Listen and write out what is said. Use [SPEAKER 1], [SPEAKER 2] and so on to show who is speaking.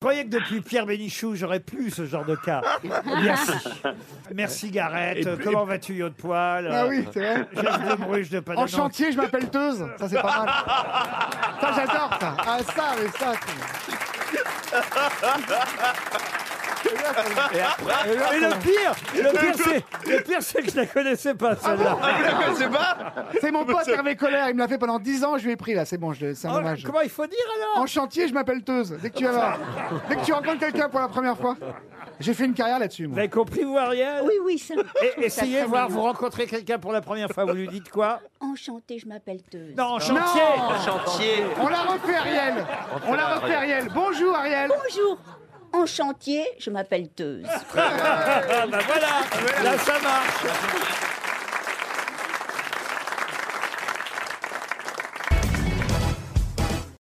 [SPEAKER 1] croyais que depuis Pierre Bénichou, j'aurais plus ce genre de cas. Merci. Merci, Gareth. Comment vas-tu, Yod de Poil
[SPEAKER 2] Ah oui, c'est vrai.
[SPEAKER 1] Geste de bruche de Pananon.
[SPEAKER 2] En chantier, je m'appelle Teuse. Ça, c'est pas mal. Ça, j'adore ça. Ah, ça, mais ça. c'est- Et là, ça- et là,
[SPEAKER 1] Et
[SPEAKER 2] ça-
[SPEAKER 1] le pire, le pire, c'est, le pire, c'est que je la connaissais
[SPEAKER 2] Ah
[SPEAKER 1] pas, celle-là.
[SPEAKER 2] C'est mon pote Hervé Colère. Il me l'a fait pendant 10 ans. Je lui ai pris là. C'est bon, je- c'est un
[SPEAKER 1] Oh,
[SPEAKER 2] hommage.
[SPEAKER 1] comment il faut dire alors
[SPEAKER 2] En chantier, je m'appelle Teuse. Dès que tu vas voir. Dès que tu rencontres quelqu'un pour la première fois. J'ai fait une carrière là-dessus,
[SPEAKER 1] Vous
[SPEAKER 2] moi.
[SPEAKER 1] avez compris, vous, Ariel
[SPEAKER 3] Oui, oui, ça.
[SPEAKER 1] Et- essayez
[SPEAKER 3] très
[SPEAKER 1] voir,
[SPEAKER 3] mignon.
[SPEAKER 1] vous rencontrez quelqu'un pour la première fois, vous lui dites quoi
[SPEAKER 3] Enchantée, je m'appelle Teuse.
[SPEAKER 1] Non, en
[SPEAKER 2] Non
[SPEAKER 1] chantier
[SPEAKER 4] Chantier.
[SPEAKER 2] On la refait, Ariel. On la refait, Ariel. Bonjour, Ariel.
[SPEAKER 3] Bonjour. En chantier, je m'appelle Teuse.
[SPEAKER 2] Ah,
[SPEAKER 1] Ah bah voilà, là ça marche